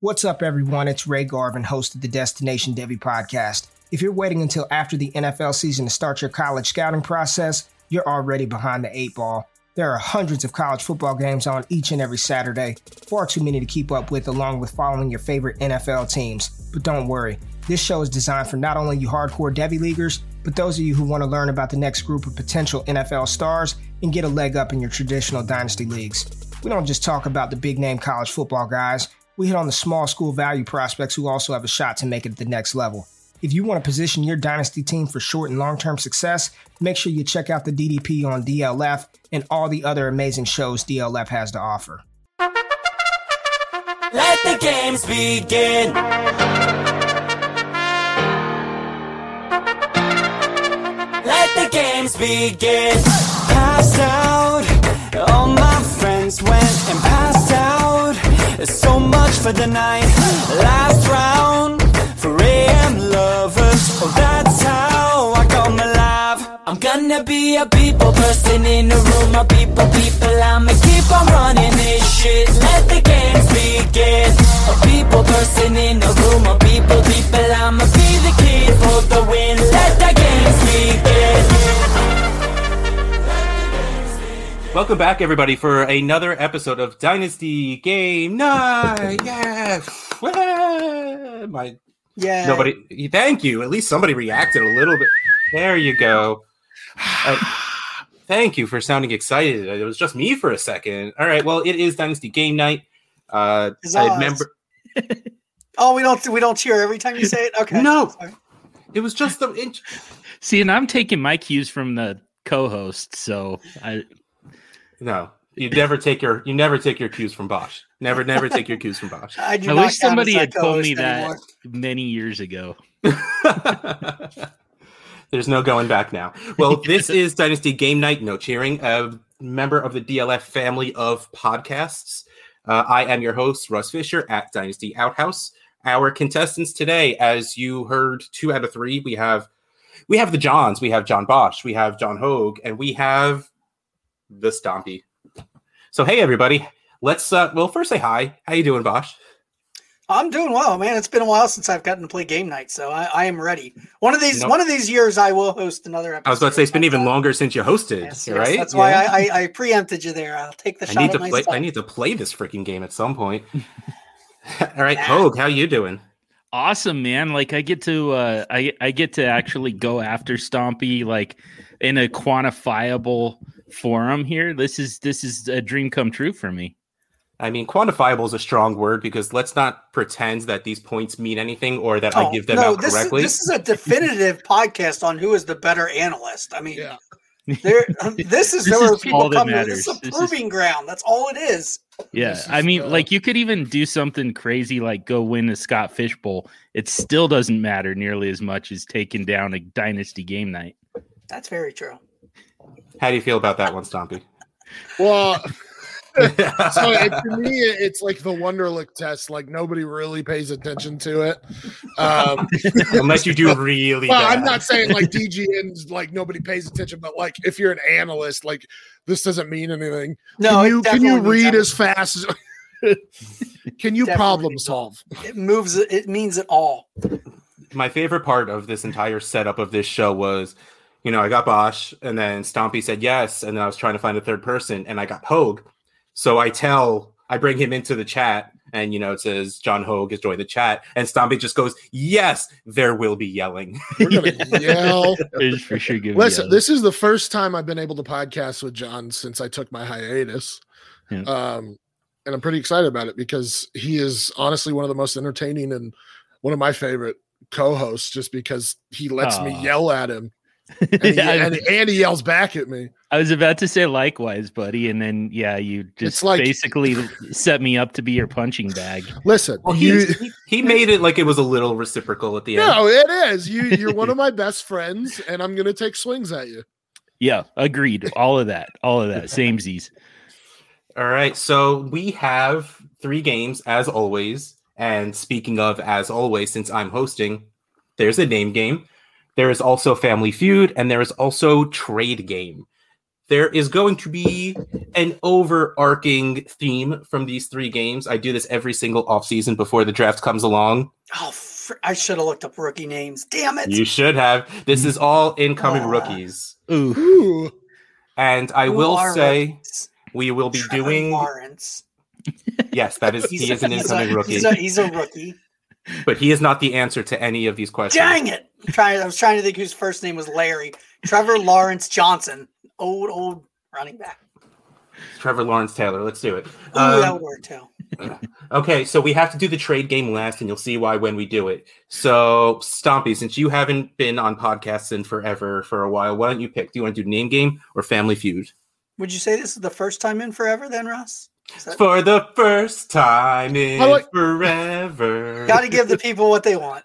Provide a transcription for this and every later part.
What's up, everyone? It's Ray Garvin, host of the Destination Debbie podcast. If you're waiting until after the NFL season to start your college scouting process, you're already behind the eight ball. There are hundreds of college football games on each and every Saturday, far too many to keep up with, along with following your favorite NFL teams. But don't worry, this show is designed for not only you hardcore Devi leaguers, but those of you who want to learn about the next group of potential NFL stars and get a leg up in your traditional dynasty leagues. We don't just talk about the big name college football guys, we hit on the small school value prospects who also have a shot to make it at the next level. If you want to position your dynasty team for short and long term success, make sure you check out the DDP on DLF and all the other amazing shows DLF has to offer. Let the games begin. Let the games begin. Passed out, all my friends went and passed out. So much for the night. Last round for AM lovers. Oh, that's how I come alive. I'm gonna be a people person in the room. A people, people. I'ma keep on running this shit. Let the games begin. A people person in the room. A people, people. I'ma be the kid for the win. Let the games begin. Welcome back, everybody, for another episode of Dynasty Game Night. Yeah, Wah! my Yeah. nobody. Thank you. At least somebody reacted a little bit. There you go. Uh, thank you for sounding excited. It was just me for a second. All right. Well, it is Dynasty Game Night. Uh, It's I ours. remember Oh, we don't we don't cheer every time you say it. Okay. No. Sorry. it was just the. It, See, and I'm taking my cues from the co-host, so I no, you never take your you never take your cues from Bosch. Never, never take your cues from Bosch. I, do I not wish count somebody as had that told co-host me that anymore. many years ago. There's no going back now. Well, this is Dynasty Game Night. No cheering. A member of the DLF family of podcasts. Uh, I am your host, Russ Fisher at Dynasty Outhouse. Our contestants today, as you heard, two out of three. We have we have the Johns. We have John Bosch. We have John Hogue, and we have the Stompy. So hey, everybody. Let's uh, well first say hi. How you doing, Bosch? I'm doing well, man. It's been a while since I've gotten to play game night, so I, I am ready. One of these No. one of these years, I will host another episode. I was about to say it's been even longer since you hosted, Yes, yes, right? That's why Yeah. I, I, I preempted you there. I'll take the I shot need to at play. myself. I need to play this freaking game at some point. All right, Hogue, how you doing? Awesome, man! Like I get to, uh, I I get to actually go after Stompy like in a quantifiable forum here. This is this is a dream come true for me. I mean, quantifiable is a strong word because let's not pretend that these points mean anything or that I Oh, give them no, out this, correctly. This is a definitive podcast on who is the better analyst. I mean, there. This is This there where is people all that come to. This is matters. a This is- proving ground. That's all it is. Yeah, This I is, mean, uh, like you could even do something crazy, like go win the Scott Fish Bowl. It still doesn't matter nearly as much as taking down a dynasty game night. That's very true. how do you feel about that one, Stompy? Well, so it, to me, it's like the Wonderlic test. Like nobody really pays attention to it. Um, Unless you do really well, bad. I'm not saying like DGN's like nobody pays attention, but like if you're an analyst, like this doesn't mean anything. No, can it you, can you definitely means that. read as fast as? can you Definitely problem means solve? it moves it means it all My favorite part of this entire setup of this show was, you know, I got Bosch, and then Stompy said yes, and then I was trying to find a third person, and I got Hogue. So I tell, I bring him into the chat, and you know, it says John Hogue has joined the chat, and Stompy just goes, "Yes, there will be yelling." We're gonna yell. It's for sure. giving Listen, you- this is the first time I've been able to podcast with John since I took my hiatus. Yeah. Um, and I'm pretty excited about it because he is honestly one of the most entertaining and one of my favorite co-hosts just because he lets me Aw. yell at him and he, I- and, and he yells back at me. I was about to say likewise, buddy, and then yeah, you just like- basically set me up to be your punching bag. Listen, Well, he, you, he, he made it like it was a little reciprocal at the end. no, it is. You you're one of my best friends and I'm going to take swings at you. Yeah, agreed. All of that, all of that, samesies. All right, so we have three games as always. And speaking of as always, since I'm hosting, there's a name game. There is also Family Feud, and there is also Trade Game. there is going to be an overarching theme from these three games. I do this every single offseason before the draft comes along. Oh, fr- I should have looked up rookie names. Damn it. You should have. This is all incoming Aw. rookies. Ooh. Ooh. And I Who will are say rookies? we will be Trevor doing Lawrence. yes, that is he is an he's incoming a, rookie. He's a, he's a rookie. But he is not the answer to any of these questions. Dang it! I'm trying, I was trying to think whose first name was Larry. Trevor Lawrence Johnson, old old running back. Trevor Lawrence Taylor. Let's do it. Ooh, Um, that would work too. Okay, so we have to do the trade game last, and you'll see why when we do it. So, Stompy, since you haven't been on podcasts in forever for a while, why don't you pick? Do you want to do Name Game or Family Feud? Would you say this is the first time in forever then, Ross? Is that- For the first time in I like- forever, Gotta give the people what they want.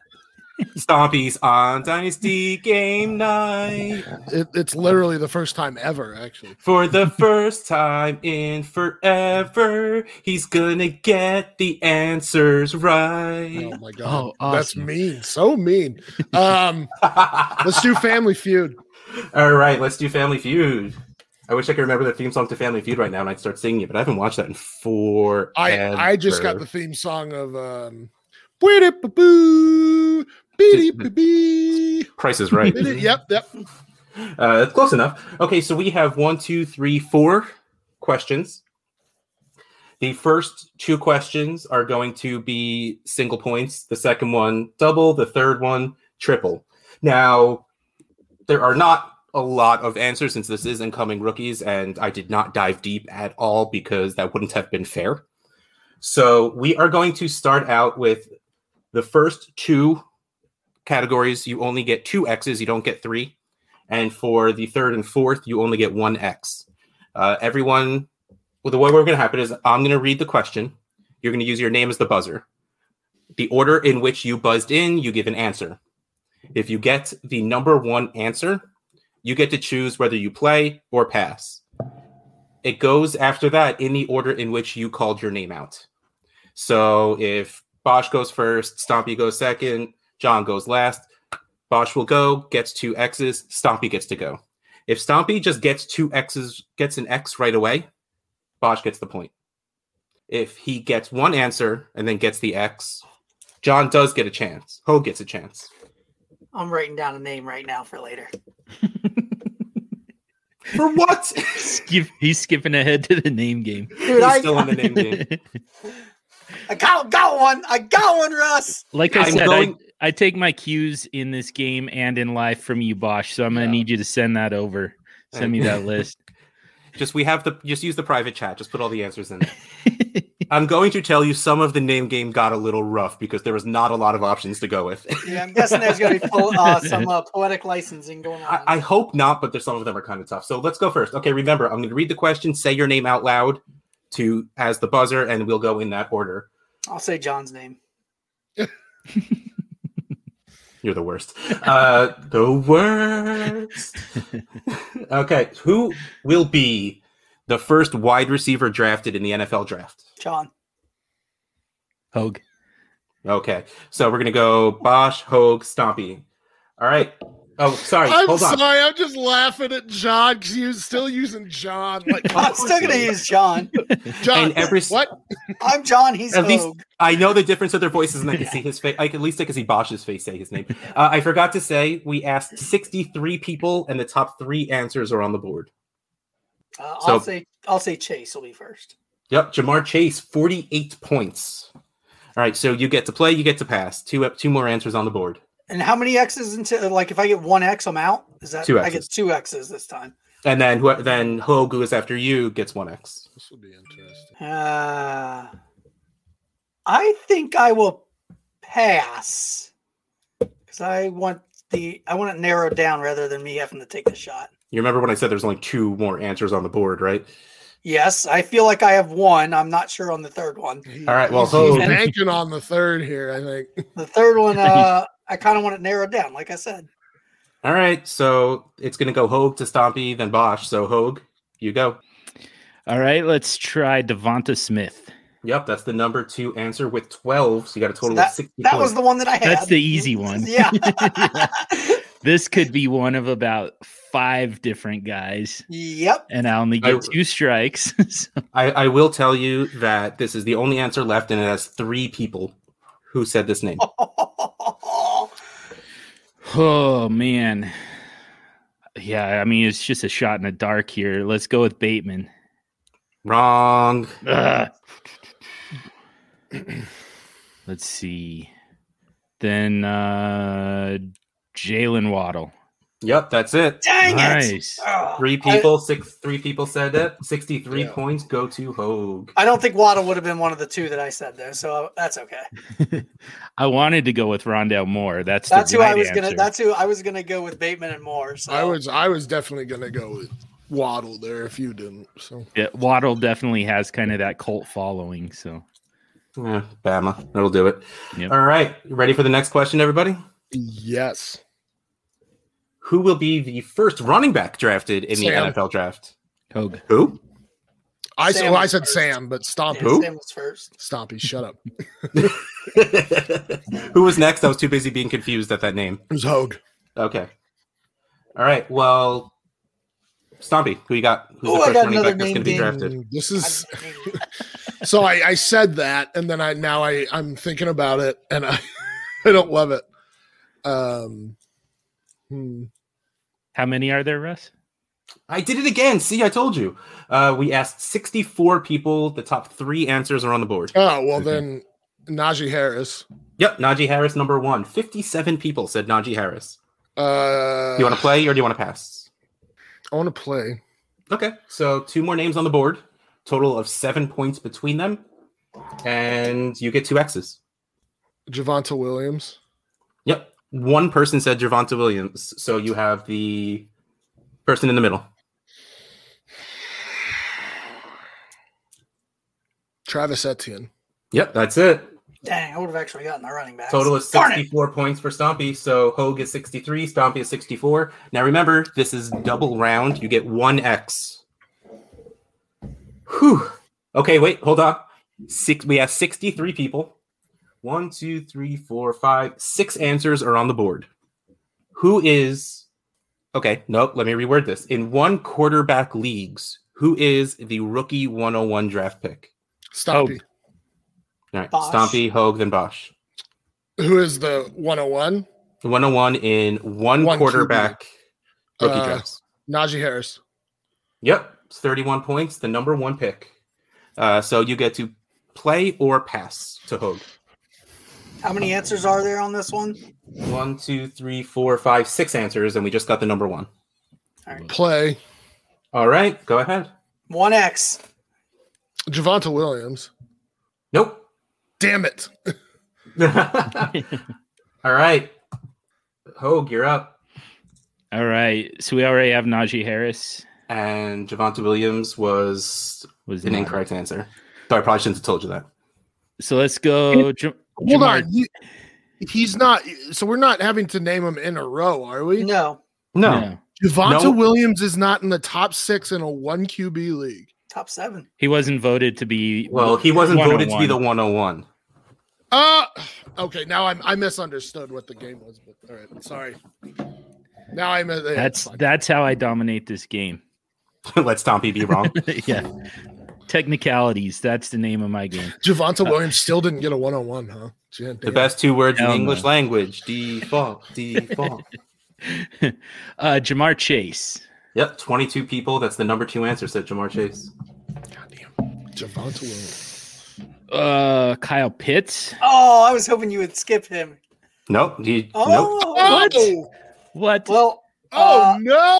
Stompy's on Dynasty Game Night. It, it's literally the first time ever, actually. For the first time in forever, he's gonna get the answers right. Oh my god, Oh, that's awesome. mean, so mean. Um, let's do Family Feud. All right, let's do Family Feud. I wish I could remember the theme song to Family Feud right now and I'd start singing it, but I haven't watched that in four. I I just got the theme song of um, boo, bee bee. Price is Right. Yep, yep. Uh, that's close enough. Okay, so we have one, two, three, four questions. The first two questions are going to be single points. The second one, double. The third one, triple. Now, there are not a lot of answers since this is incoming rookies, and I did not dive deep at all because that wouldn't have been fair. So we are going to start out with the first two categories. You only get two X's, you don't get three and for the third and fourth, you only get one X. Uh, everyone, well, the way we're going to happen is I'm going to read the question. You're going to use your name as the buzzer. The order in which you buzzed in, you give an answer. If you get the number one answer, you get to choose whether you play or pass. It goes after that in the order in which you called your name out. So if Bosch goes first, Stompy goes second, John goes last, Bosch will go, gets two X's, Stompy gets to go. If Stompy just gets two X's, gets an X right away, Bosch gets the point. If he gets one answer and then gets the X, John does get a chance. Ho gets a chance. I'm writing down a name right now for later. For what? Skip, he's skipping ahead to the name game. Dude, He's I, still in the name game. I got, got one. I got one, Russ. like I I'm said, going- I, I take my cues in this game and in life from you, Bosch. So I'm gonna Yeah. need you to send that over. Send me that list. Just we have the just use the private chat. Just put all the answers in there. I'm going to tell you some of the name game got a little rough because there was not a lot of options to go with. Yeah, I'm guessing there's gonna be po- uh, some uh, poetic licensing going on. I, I hope not, but there's some of them are kind of tough. So let's go first. Okay, remember, I'm going to read the question, say your name out loud to as the buzzer, and we'll go in that order. I'll say John's name. You're the worst. Uh, the worst. okay, who will be the first wide receiver drafted in the NFL draft? John. Hogue. Okay, so we're going to go Bosch, Hogue, Stompy. All right. Oh, sorry. I'm Hold on. sorry, I'm just laughing at John because he was still using John. Like I'm still gonna use John. John, And every- what? I'm John. He's At least- Hogue. I know the difference of their voices, and I can see his face. I can, at least I can see Bosch's face say his name. Uh, I forgot to say we asked 63 people, and the top three answers are on the board. Uh, so- I'll say I'll say Chase will be first. Yep, Jamar Chase, 48 points. All right, so you get to play, you get to pass. Two up, two more answers on the board. And how many X's into like if I get one X, I'm out? Is that Two I X's. get two X's this time? And then who, then Hogue, who is after you, gets one X. This would be interesting. Uh, I think I will pass because I want the I want it narrowed down rather than me having to take the shot. You remember when I said there's only two more answers on the board, right? Yes, I feel like I have one. I'm not sure on the third one. All right, well, He's- he's Hogue. banking on the third here. I think The third one, uh, I kind of want it narrowed down. Like I said, All right, so it's gonna go Hogue to Stompy, then Bosch. So Hogue, you go. All right, let's try Devonta Smith. Yep, that's the number two answer with 12. So you got a total of that, 60 that points. was the one that I had. That's the easy one. Yeah. This could be one of about five different guys, Yep. and I only I- get two strikes. so, I, I will tell you that this is the only answer left, and it has three people who said this name. oh man, yeah. I mean, it's just a shot in the dark here. Let's go with Bateman. Wrong. Ugh. Let's see. Then uh Jalen Waddle. Yep, that's it. Dang it. nice. Ugh. Three I- people, six, three people said it. Sixty-three Yeah. points go to Hogue. I don't think Waddle would have been one of the two that I said though, so uh, that's okay. I wanted to go with Rondell Moore. That's That's the who I right was gonna. answer. That's who I was gonna go with Bateman and Moore. So I was I was definitely gonna go with Waddle there if you didn't. So Yeah, Waddle definitely has kind of that cult following. So Yeah, Eh, Bama, that'll do it. Yep. All right, ready for the next question, everybody? yes, Who will be the first running back drafted in Sam. the NFL draft? Hogue. Who? I Sam said well, I was said first. Sam, but Stompy, yeah, Who? Sam was first. Stompy, shut up. It Who was next? I was too busy being confused at that name. was Hogue. Okay. All right. Well, Stompy, who you got? Who's Ooh, Oh, I the first got running another back that's going name to be ding. drafted? This is I'm- so I, I said that, and then I now I I'm thinking about it, and I I don't love it. Um, hmm. How many are there, Russ? I did it again. See, I told you. Uh, we asked 64 people. The top three answers are on the board. Oh well, Okay. then Najee Harris. Yep, Najee Harris, number one. 57 people said Najee Harris. Uh, Do you want to play or do you want to pass? I want to play. Okay, so two more names on the board. Total of seven points between them. And you get two X's. Javonta Williams. Yep. One person said Javonta Williams. So you have the person in the middle. Travis Etienne. Yep, that's it. Dang, I would have actually gotten the running back. Total is Darn it. 64 points for Stompy. So Hogue is 63, Stompy is 64. Now remember, this is double round. You get one X. Whew. Okay, wait, hold on. Six. We have 63 people. One, two, three, four, five, six answers are on the board. Who is. Okay, nope, let me reword this. In one quarterback leagues, who is the rookie 101 draft pick? Stompy. All right, Bosch. Stompy, Hogue, then Bosch. Who is the 101? 101 in oh one, One quarterback rookie Uh, drafts. Najee Harris. Yep, it's 31 points, the number one pick. Uh, so you get to play or pass to Hogue. How many answers are there on this one? One, two, three, four, five, six answers, and we just got the number one. Play. All right, go ahead. One X. Javonta Williams. Nope. Damn it. All right, Hogue, you're up. All right. So we already have Najee Harris. And Javonta Williams was Was an not- incorrect answer. Sorry, I probably shouldn't have told you that. So let's go. Ja- Hold Jamar- on. You- he's not. So we're not having to name him in a row, are we? No, No, no, Javonta No. Williams is not in the top six in a one QB league. top seven. he wasn't voted to be. well, he wasn't voted to be 101. the 101. Uh okay. Now I'm, I misunderstood what the game was, but all right. Sorry. Now I'm. uh, Yeah, That's fine. that's how I dominate this game. Let Stompy be wrong. yeah. Technicalities. That's the name of my game. Javonta Williams still didn't get a one on one, huh? Jan- The damn. best two words in the Hell English no. language. Default. Default. Uh Jamar Chase. yep, 22 people. That's the number two answer, said Jamar Chase. Goddamn. Javonta Williams. Uh Kyle Pitts. Oh, I was hoping you would skip him. Nope. He, Oh, What? What? well, Oh Uh, no!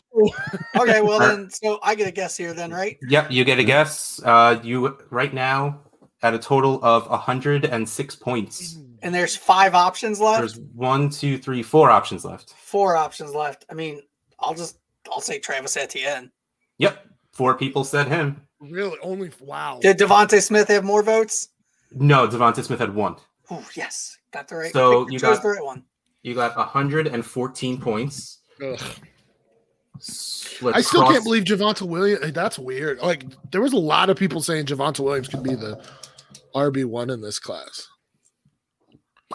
okay, well then, so I get a guess here then, right? Nope. Yep, you get a guess. Uh, you right now at a total of 106 points. And there's five options left. There's one, two, three, four options left. Four options left. I mean, I'll just I'll say Travis Etienne. Yep. Four people said him. Really? Only wow. Did Devonte Smith have more votes? No, Devonta Smith had one. Oh yes, got the right. So I you chose got- the right one. You got 114 points. Ugh. S- I let's still cross- can't believe Javonta Williams. eh, That's weird. Like there was a lot of people saying Javonta Williams could be the RB one in this class.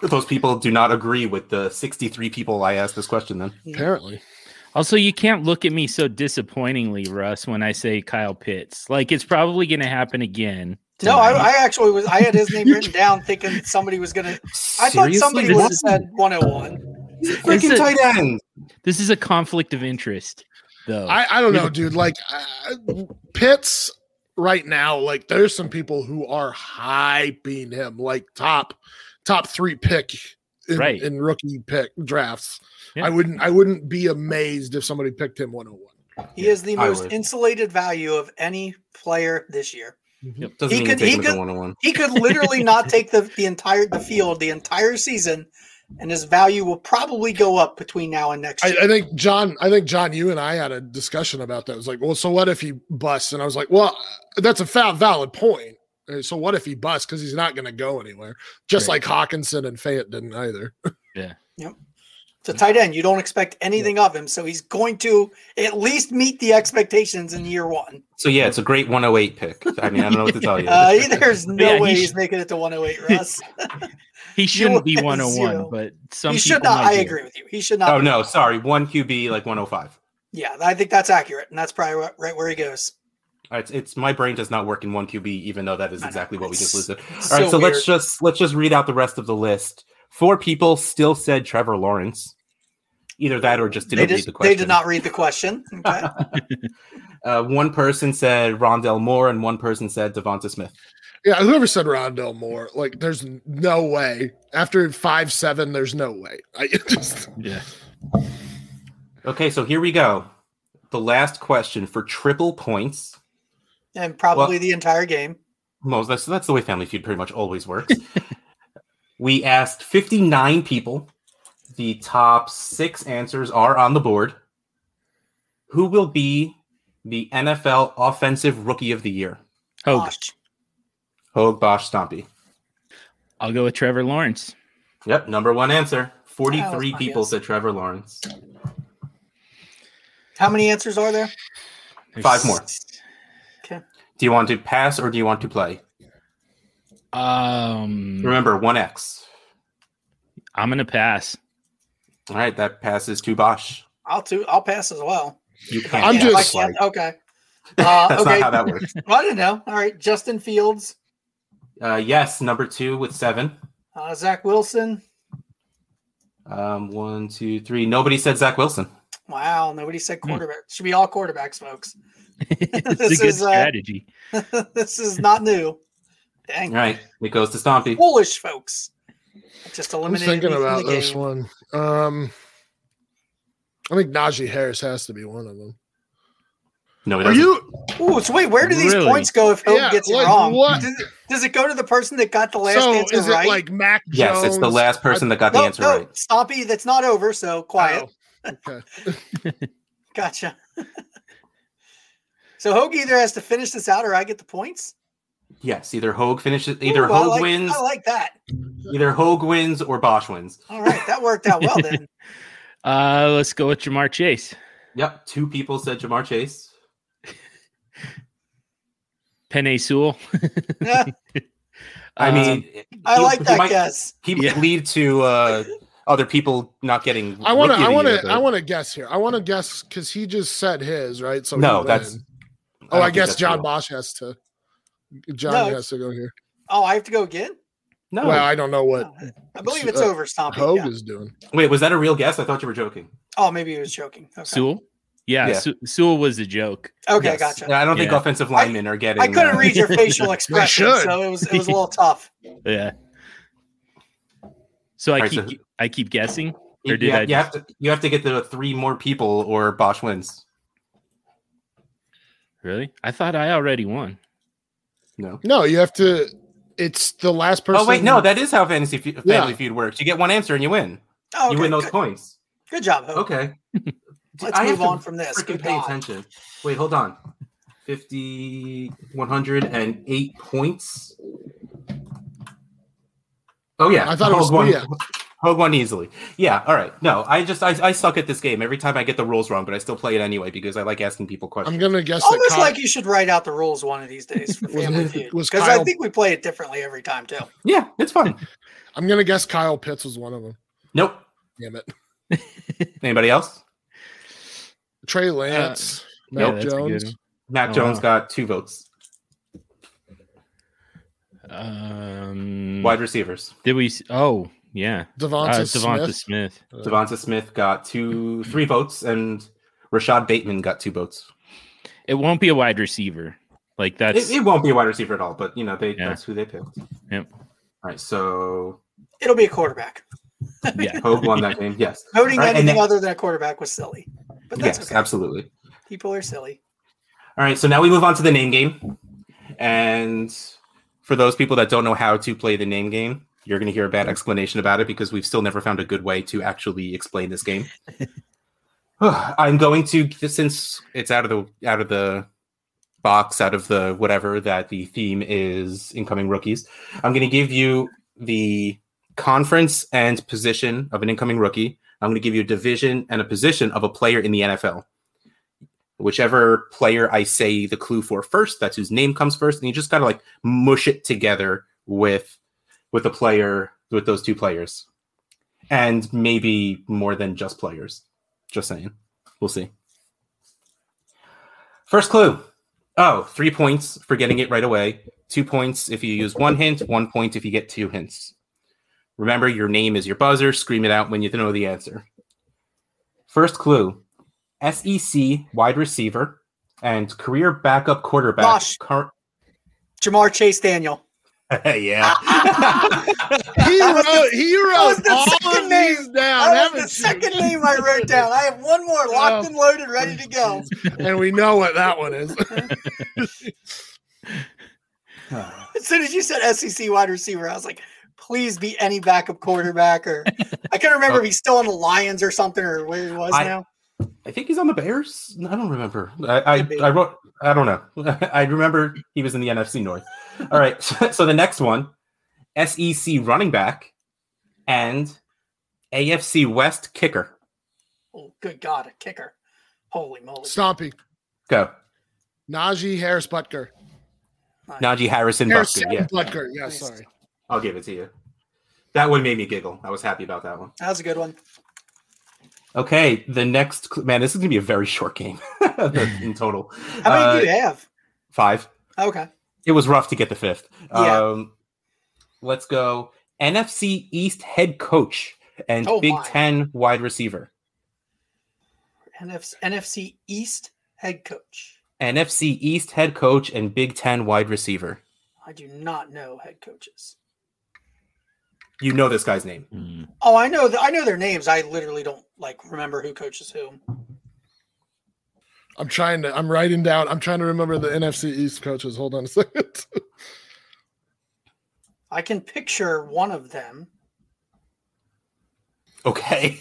those people do not agree with the 63 people I asked this question. Then Apparently, Also, you can't look at me so disappointingly, Russ, when I say Kyle Pitts. Like it's probably going to happen again. No, tonight. I, I actually was. I had his name written down, thinking somebody was gonna. I Seriously? thought somebody This would have is- said 101. Is Freaking it- tight end. This is a conflict of interest, though. I, I don't know, dude. Like uh, Pitts right now, like there's some people who are hyping him like top top three pick in, Right. in rookie pick drafts. Yeah. I wouldn't I wouldn't be amazed if somebody picked him 101. He is the I most would. insulated value of any player this year. Doesn't He mean you could- take he him at the could- one on one. He could literally not take the the entire the field the entire season, and his value will probably go up between now and next year. I, I think John, I think John, you and I had a discussion about that. It was like, well, so what if he busts? And I was like, well, that's a val- valid point. Uh, So what if he busts? Because he's not going to go anywhere. Just Right. like Hawkinson and Fayette didn't either. It's a tight end. You don't expect anything of him, so he's going to at least meet the expectations in year one. So yeah, it's a great 108 pick. I mean, I don't know what to tell you. Uh, there's no Yeah, he way sh- he's making it to 108, Russ. he shouldn't be have 101, zero. but some he should people not. might I be. agree with you. He should not. oh be. no, sorry, one oh QB like 105. Yeah, I think that's accurate, and that's probably wh- right where he goes. It's, it's my brain does not work in one QB, even though that is I know, exactly what we just it's listed. All right, so so let's weird. just let's just read out the rest of the list. Four people still said Trevor Lawrence. Either that or just They, didn't just, read the question. they did not read the question. Okay. Uh, one person said Rondell Moore, and one person said Devonta Smith. Yeah, whoever said Rondell Moore, like, there's n- no way. After five seven, there's no way. I it just Yeah. Okay, so here we go. The last question for triple points. and probably Well- the entire game. Most that's that's the way Family Feud pretty much always works. we asked 59 people. The top six answers are on the board. Who will be the NFL Offensive Rookie of the Year? Oh. Hogue. Gosh. Hogue Bosch Stompy. I'll go with Trevor Lawrence. Yep, number one answer. That was 43 my people guess. said Trevor Lawrence. How many answers are there? Five more. Okay. Do you want to pass or do you want to play? Um, Remember, 1x. I'm gonna pass. All right, that passes to Bosch. I'll too. I'll pass as well. You can't. I'm Yeah, if I just- can't- okay. Uh, That's okay. not how that works. Well, I don't know. All right, Justin Fields, Uh, yes, number two with seven. uh, Zach Wilson. Um, one, two, three. Nobody said Zach Wilson. Wow, nobody said Hmm. quarterback. Should be all quarterbacks, folks. it's This a good is, uh, strategy. this is not new. All Dang, right, it goes to Stompy. foolish folks. Just I was eliminated. thinking me from about the this game. one. Um, I think Najee Harris has to be one of them. No, it Are doesn't. you? Ooh, so wait, where do these Really? points go if Hope Yeah, gets it like, wrong? what- Does, it- does it go to the person that got the last so answer is it right? like Mac? yes, it's the Jones? last person that got the no, answer no, right. Stompy, that's not over. So quiet. Oh, okay. Gotcha. so Hope either has to finish this out, or I get the points. Yes, either Hogue finishes, either Ooh, I Hogue like, wins, I like that. either Hogue wins or Bosch wins. All right, that worked out well then. Uh, let's go with Jamar Chase. Yep, two people said Jamar Chase. Penny Sewell. Yeah, I Um, mean, I he- like he that might- guess. He Yeah. might lead to uh, other people not getting. I want to. Rookie of I the want Year, to. but I want to guess here. I want to guess because he just said his right. So No, he that's- win. don't Oh, I, think guess that's John real. Bosch has to. John No. has to go here. Oh, I have to go again. Oh, No, Well, I don't know what I believe it's uh, over, Stompy. Hogue yeah. is doing. wait, was that a real guess? I thought you were joking. Oh, maybe he was joking. Okay, Sewell. Yeah, Yeah. Su- Sewell was a joke. okay, Yes. gotcha. I don't think Yeah. offensive linemen are getting. I couldn't uh, read your facial expression, should. so it was it was a little tough. Yeah. So I Alright, keep so- I keep guessing. You, Or did you I have, you have to you have to get the three more people or Bosch wins. Really? I thought I already won. No. No, you have to. It's the last person. Oh wait, no, that is how fantasy Fe- Yeah. family feud works. You get one answer and you win. Oh, okay, you win those good, points. good job. Hope. Okay. Let's I have move to on from this. Freaking Good pay God. attention. Wait, hold on. 50 108 points. Oh yeah. I thought it was Hogue won- yeah. Hogue won easily. Yeah, all right. No, I just I, I suck at this game. Every time I get the rules wrong, but I still play it anyway because I like asking people questions. I'm gonna guess that Almost Kyle, Oh, like you should write out the rules one of these days for Was- Family Feud was because I Kyle- think we play it differently every time too. yeah, it's fun. I'm gonna guess Kyle Pitts was one of them. nope. Damn it. Anybody else? Trey Lance, Yeah, Matt Uh, that's a good Jones. one. Matt Oh, Jones wow. got two votes. Hmm. Um, Wide receivers. did we? s- Oh, yeah. Devonta, Uh, Devonta Smith. Smith. Devonta Smith got two, three votes, and Rashad Bateman got two votes. It won't be a wide receiver. Like that's It, it won't be a wide receiver at all, but you know they Yeah. that's who they picked. Yep. All right, so It'll be a quarterback. yeah. Hogue won that game. Yes, Voting All right, and anything then- other than a quarterback was silly, but that's yes, okay. absolutely. People are silly. All right, so now we move on to the name game, and for those people that don't know how to play the name game, you're going to hear a bad explanation about it because we've still never found a good way to actually explain this game. I'm going to since it's out of the out of the box, out of the whatever that the theme is incoming rookies. I'm going to give you the conference and position of an incoming rookie. I'm going to give you a division and a position of a player in the NFL. Whichever player I say the clue for first, that's whose name comes first, and you just got to like mush it together with with a player with those two players, and maybe more than just players. Just saying. We'll see. First clue. Oh, three points for getting it right away. Two points if you use one hint, one point if you get two hints. Remember, your name is your buzzer. Scream it out when you know the answer. First clue SEC wide receiver and career backup quarterback. Gosh. Cur- Jamar Chase Daniel. yeah. He That was the- wrote, he was wrote the all second of name. these down. That haven't was you? the second name I wrote down. I have one more locked Oh. and loaded, ready to go. and we know what that one is. As soon as you said SEC wide receiver, I was like, please be any backup quarterback. Or I can't remember if he's still on the Lions or something or where he was I- now. I think he's on the Bears. I don't remember. I I, Could be. I wrote. I don't know. I remember he was in the NFC North. All right. So the next one, SEC running back, and AFC West kicker. Oh, good God, a kicker. Holy moly. Stompy, Go Najee Harris Butker. Najee Harrison. Harris Buster. Yeah, Butker. Yeah, sorry. I'll give it to you. That one made me giggle. I was happy about that one. That was a good one. Okay. The next cl- man. This is gonna be a very short game in total. How many Uh, do you have? Five. Okay. it was rough to get the fifth. Yeah. Um, let's go NFC East head coach and Oh, Big my. Ten wide receiver. NFC, NFC East head coach. NFC East head coach and Big Ten wide receiver. I do not know head coaches. You know this guy's name. Mm. Oh, I know. Th- I know their names. I literally don't like remember who coaches whom. I'm trying to. I'm writing down. I'm trying to remember the NFC East coaches. Hold on a second. I can picture one of them. Okay.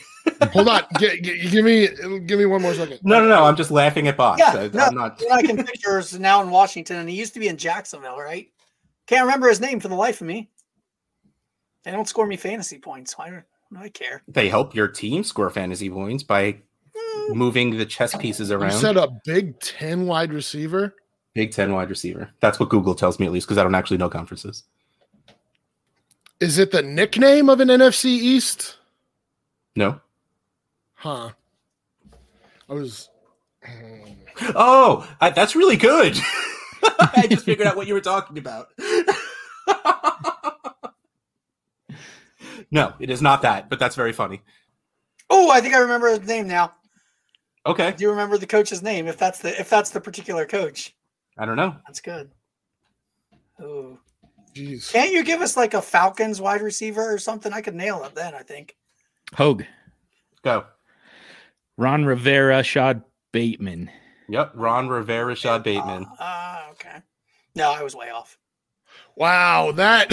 Hold on. G- g- give me. Give me one more second. No, no, no. I'm just laughing at Bob. Yeah, I, no. am not. The one I can picture is now in Washington, and he used to be in Jacksonville, right? Can't remember his name for the life of me. They don't score me fantasy points. Why do why do I care? They help your team score fantasy points by moving the chess pieces You around. said a Big Ten wide receiver. Big Ten wide receiver. That's what Google tells me at least because I don't actually know conferences. Is it the nickname of an NFC East? No. Huh. I was. Oh, I, that's really good. I just figured out what you were talking about. no, it is not that, but that's very funny. Oh, I think I remember his name now. Okay. Do you remember the coach's name? If that's the if that's the particular coach, I don't know. that's good. Ooh. Jeez. Can't you give us like a Falcons wide receiver or something? I could nail it then. I think. Hogue, Go. Ron Rivera, Shad Bateman. Yep. Ron Rivera, Rashad Bateman. Ah, okay. No, I was way off. Wow. That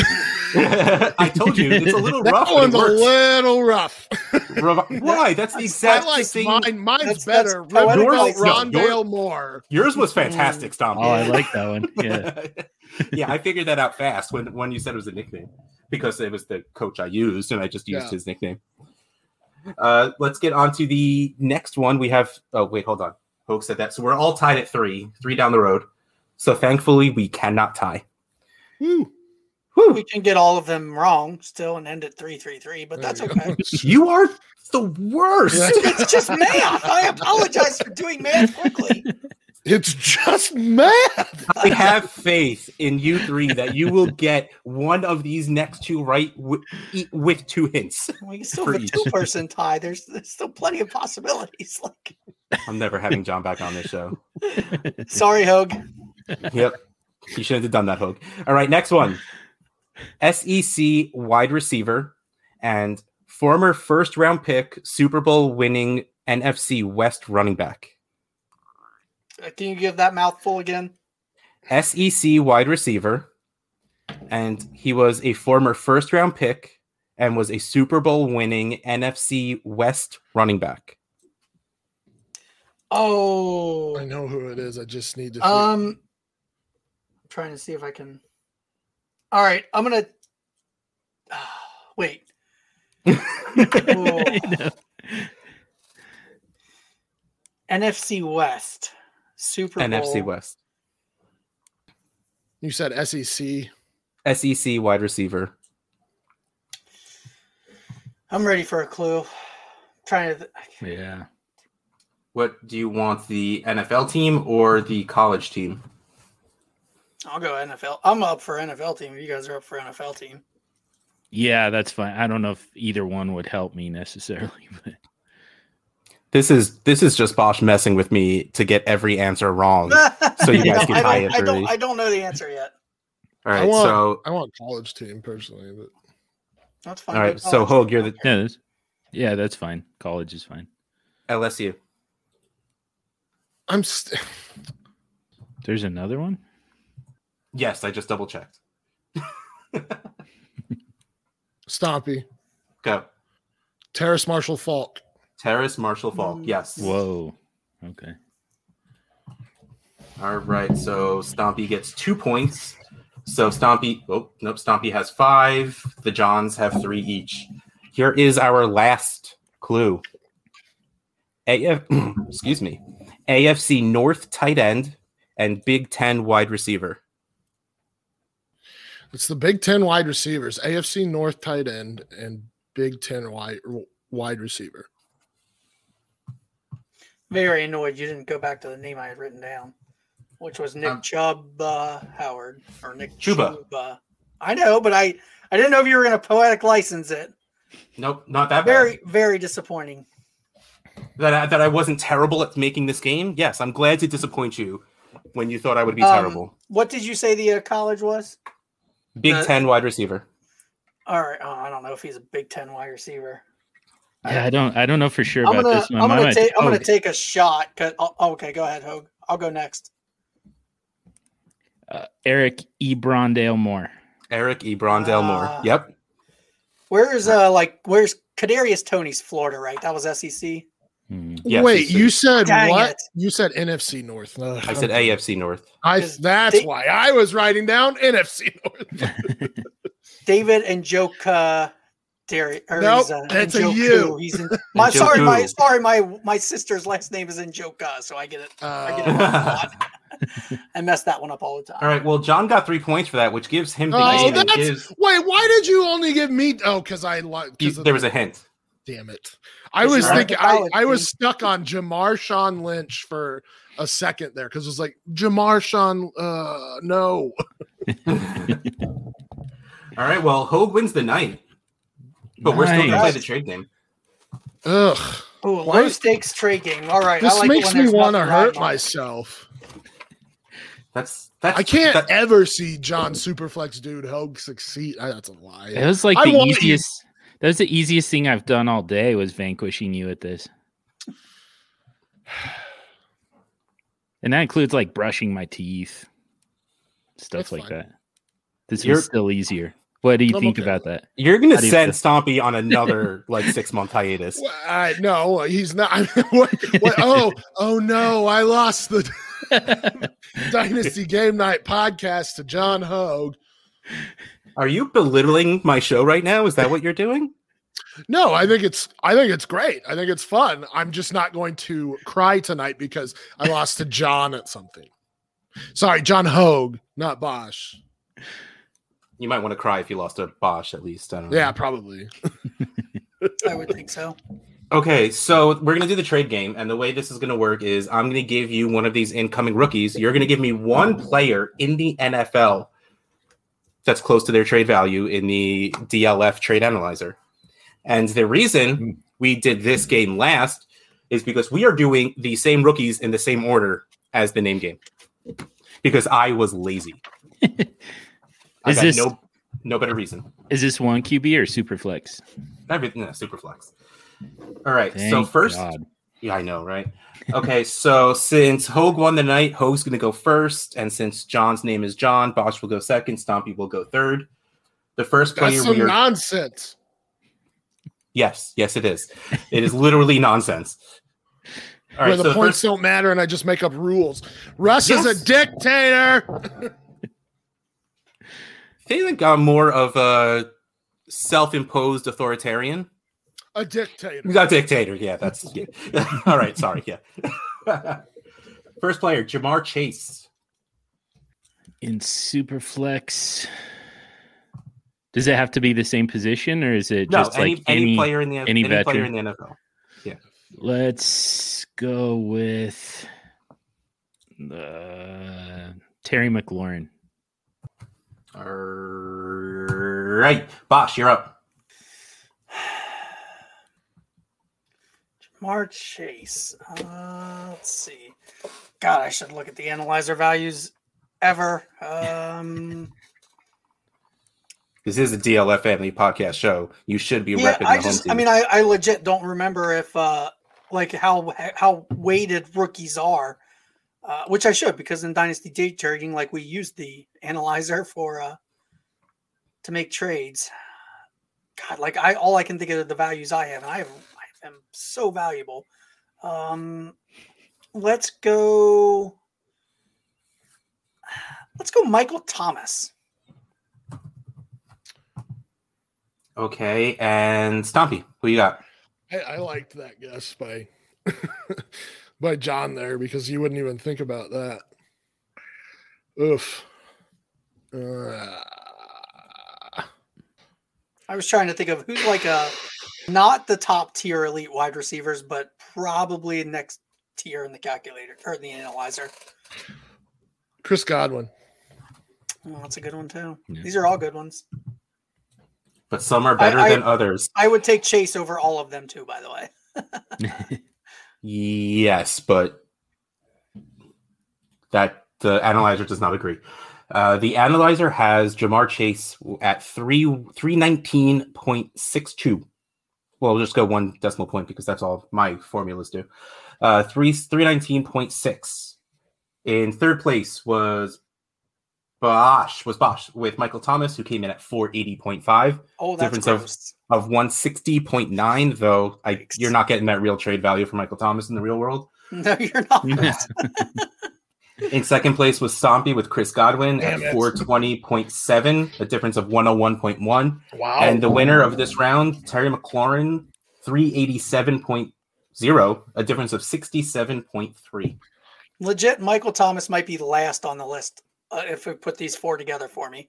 I told you it's a little that rough. but it one's a works. little rough. Rev- Why? That's the I exact like thing. mine. Mine's That's- that's better. poetic Rebel license. No, Rondale yours- Moore. Yours was fantastic, Stomp. Oh, I like that one. Yeah. yeah, I figured that out fast when when you said it was a nickname because it was the coach I used and I just used Yeah. his nickname. Uh, let's get on to the next one. We have oh wait, hold on. Hoke said that. So we're all tied at three, three down the road. So thankfully we cannot tie. Woo. We can get all of them wrong still and end at 333, but There that's you go. okay. You are the worst. it's just math. I apologize for doing math quickly. It's just math. I have faith in you three that you will get one of these next two right with, with two hints. We can still For have a each. two person tie. There's, there's still plenty of possibilities. Like, I'm never having John back on this show. sorry, Hogue. Yep. You shouldn't have done that, Hook. All right, next one. SEC wide receiver and former first round pick, Super Bowl winning NFC West running back. Uh, Can you give that mouthful again? SEC E wide receiver, and he was a former first round pick and was a Super Bowl winning NFC West running back. Oh, I know who it is. I just need to. um, I'm trying to see if I can. All right, I'm gonna wait. Ooh. NFC West, Super NFC Bowl. West. you said E SEC. SEC E wide receiver. I'm ready for a clue. trying to. th- Yeah. What do you want the NFL team or the college team? I'll go NFL. I'm up for NFL team. If you guys are up for NFL team, Yeah, that's fine. I don't know if either one would help me necessarily, but This is this is just Bosch messing with me to get every answer wrong. Ah, All Um, So you guys can I, tie don't, it I don't. through. I don't know the answer yet. right, I want, so I want college team personally, but That's fine. all right, Good so knowledge. Hogue, you're the yeah, that's, yeah, that's fine. College is fine. LSU. I'm. St- There's another one. Yes, I just double checked. Stompy, Go. Terrace Marshall Falk. Terrace Marshall Mm. Falk. Yes. Whoa. Okay. All right, so Stompy gets two points. So Stompy, oh nope, Stompy has five. The Johns have three each. Here is our last clue. AF, excuse me, AFC North tight end and Big Ten wide receiver. It's the Big Ten wide receivers, AFC North tight end, and Big Ten wide wide receiver. very annoyed you didn't go back to the name I had written down, which was Nick Um, Chubb uh, Howard or Nick Chuba. Chuba. I know, but I I didn't know if you were going to poetic license it. Nope, not that bad. Very very disappointing. that I, that I wasn't terrible at making this game. Yes, I'm glad to disappoint you when you thought I would be Um, terrible. What did you say the uh, college was? Big uh, Ten wide receiver. All right, oh, I don't know if he's a Big Ten wide receiver. Yeah, I don't. I don't know for sure I'm about gonna this one. I'm gonna, might- ta- I'm oh, gonna take a shot. 'cause- oh, okay, go ahead, Hogue. I'll go next. uh, Eric E. Brondale Moore. Eric Ebron Delmore. Ah. Yep. Where is uh like where's Kadarius Tony's Florida? Right, that was E SEC. Hmm. Yes, Wait, it's the- you said Dang what? it. You said NFC North. Ugh, I said I'm- AFC North. I, Is that's they- why I was writing down NFC North. David and Joke. Uh, Derry, or Nope, he's, uh, that's a Njoku. you. He's in, my sorry, Njoku. my sorry, my my sister's last name is Njoka, so I get it. I get it. Uh, a lot. I mess that one up all the time. All right. Well, John got three points for that, which gives him the Oh, game. and that's- gives- wait, why did you only give me? Oh, because I like. you- there was a hint. Damn it! I It's was not thinking. the I, college I was team. stuck on Jamar Sean Lynch for a second there because it was like Jamar Sean. Uh, no. All right. Well, Hogue wins the night, but we're still going to play Nice. the trade game. Ugh. Ooh, Why- low stakes trade game. All right, This I like makes when me there's want to nothing riding hurt on it. myself. That's that's. I can't that- ever see John Superflex dude Hogue succeed. I, that's a lie. That was like I the wanna eat- easiest. That was the easiest thing I've done all day was vanquishing you at this. And that includes like brushing my teeth, stuff That's like fine. that. This You're- was still easier. What do you I'm think okay about with that? You're going to Not send even- Stompy on another like six month hiatus. Well, I, no, he's not. I mean, what, what, oh, oh no! I lost the Dynasty Game Night podcast to John Hogue. Are you belittling my show right now? Is that what you're doing? No, I think it's I think it's great. I think it's fun. I'm just not going to cry tonight because I lost to John at something. Sorry, John Hogue, not Bosch. You might want to cry if you lost a Bosch at least. I don't know. Yeah, probably. I would think so. Okay, so we're gonna do the trade game, and the way this is gonna work is I'm gonna give you one of these incoming rookies. You're gonna give me one player in the NFL that's close to their trade value in the DLF trade analyzer. And the Hmm. reason we did this game last is because we are doing the same rookies in the same order as the name game. Because I was lazy. I Is got this- no no better reason. Is this one QB or super flex? Everything no, super flex. All right. so Thank first God. Yeah, I know, right? Okay, so since Hogue won the night, Hogue's going to go first. And since John's name is John, Bosch will go second. Stompy will go third. The first player That's some we are. nonsense. yes, yes, it is. It is literally nonsense. All where right, the so the points first, don't matter and I just make up rules. Russ is Yes. a dictator. Phelan got more of a self imposed authoritarian. A dictator. You got dictator. Yeah, that's yeah. all right. Sorry. Yeah. first player, Jamar Chase. in super flex. Does it have to be the same position or is it No, just any, like any, any, player in the any player in veteran. the NFL. Let's go with uh, Terry McLaurin. All right, Bosch, you're up. Jamar Chase. Uh, let's see. God, I should look at the analyzer values ever. Um, This is a DLF family podcast show. You should be yeah, repping I the just, I home team. mean, I, I legit don't remember if, uh, like how how weighted rookies are, uh, which I should because in dynasty day trading, like we use the analyzer for uh, to make trades. God, like I all I can think of are the values I have, and I have I have them so valuable. Um, let's go. Let's go, Michael Thomas. okay, and Stompy, who you got? I, I liked that guess by by John there because you wouldn't even think about that. Oof. Uh, I was trying to think of who's like a not the top tier elite wide receivers, but probably next tier in the calculator or in the analyzer. Chris Godwin. Oh, that's a good one too. Yeah. These are all good ones. But some are better I- than others. I would take Chase over all of them too. By the way, Yes, but that the analyzer does not agree. Uh, the analyzer has Jamar Chase at three three nineteen point six two. Well, we'll just go one decimal point because that's all my formulas do. Uh, three three nineteen point six. In third place was Bosch was Bosch with Michael Thomas, who came in at four eighty point five oh, that's Difference of- gross. of 160.9 though I, Yikes. you're not getting that real trade value for michael thomas in the real world No, you're not. in second place was stompy with chris godwin Damn at it. 420.7 a difference of 101.1 Wow. Oh, and the winner of this round terry mclaurin 387.0 a difference of 67.3 Mm-hmm. Legit, Michael Thomas might be last on the list uh, if we put these four together for me.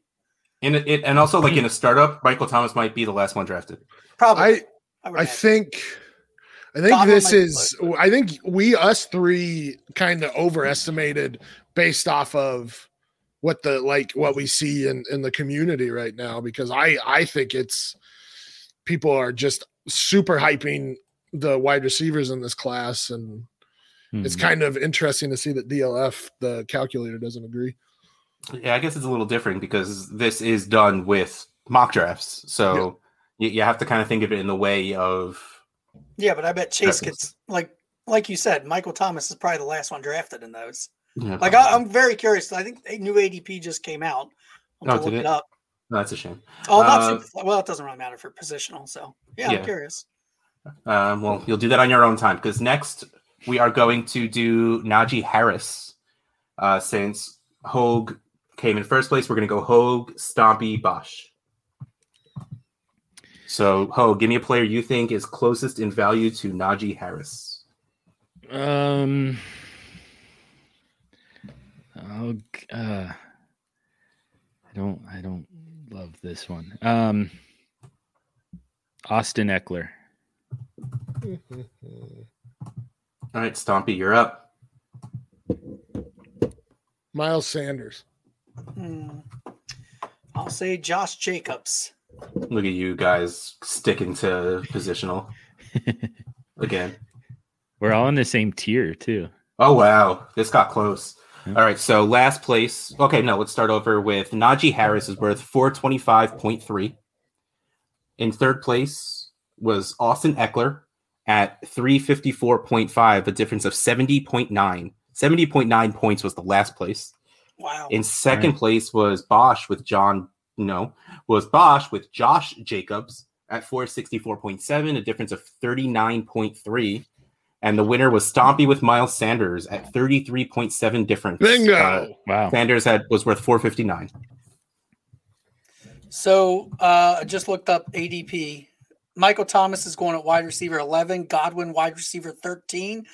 in it, it, and also like in a startup michael thomas might be the last one drafted Probably. I would I imagine. think I think Donald this might be is I think we us three kind of overestimated based off of what the like what we see in in the community right now because I I think it's people are just super hyping the wide receivers in this class and it's Hmm. kind of interesting to see that DLF the calculator doesn't agree. yeah i guess it's a little different because this is done with mock drafts so you, you have to kind of think of it in the way of Yeah, but I bet Chase Preference. gets like like you said, Michael Thomas is probably the last one drafted in those. Yeah, Like I, I'm very curious. I think a new ADP just came out. I'm Oh, gonna did look it? it up. No, that's a shame. Oh, not Uh, super fle- well. It doesn't really matter for positional. So yeah, Yeah. I'm curious. Um, well, you'll do that on your own time because next we are going to do Najee Harris. Uh, since Hogue came in first place, we're going to go Hogue, Stompy, Bosch. So, Hogue, give me a player you think is closest in value to Najee Harris. Um, I'll, g- uh, I don't, I don't love this one. Um, Austin Eckler. All right, Stompy, you're up. Miles Sanders. Hmm. I'll say Josh Jacobs. Look at you guys sticking to positional again. We're all in the same tier too. Oh wow, this got close. Yeah. All right, so last place. Okay, no, let's start over with Najee Harris is worth four twenty five point three. In third place was Austin Eckler at three fifty four point five, a difference of seventy point nine. Seventy point nine points was the last place. Wow. In second place was Bosch with John. No, was Bosch with Josh Jacobs at 464.7, a difference of 39.3. And the winner was Stompy with Miles Sanders at 33.7 difference. Bingo. Uh, Wow. Sanders had was worth 459. So uh, I just looked up ADP. Michael Thomas is going at wide receiver 11, Godwin wide receiver 13,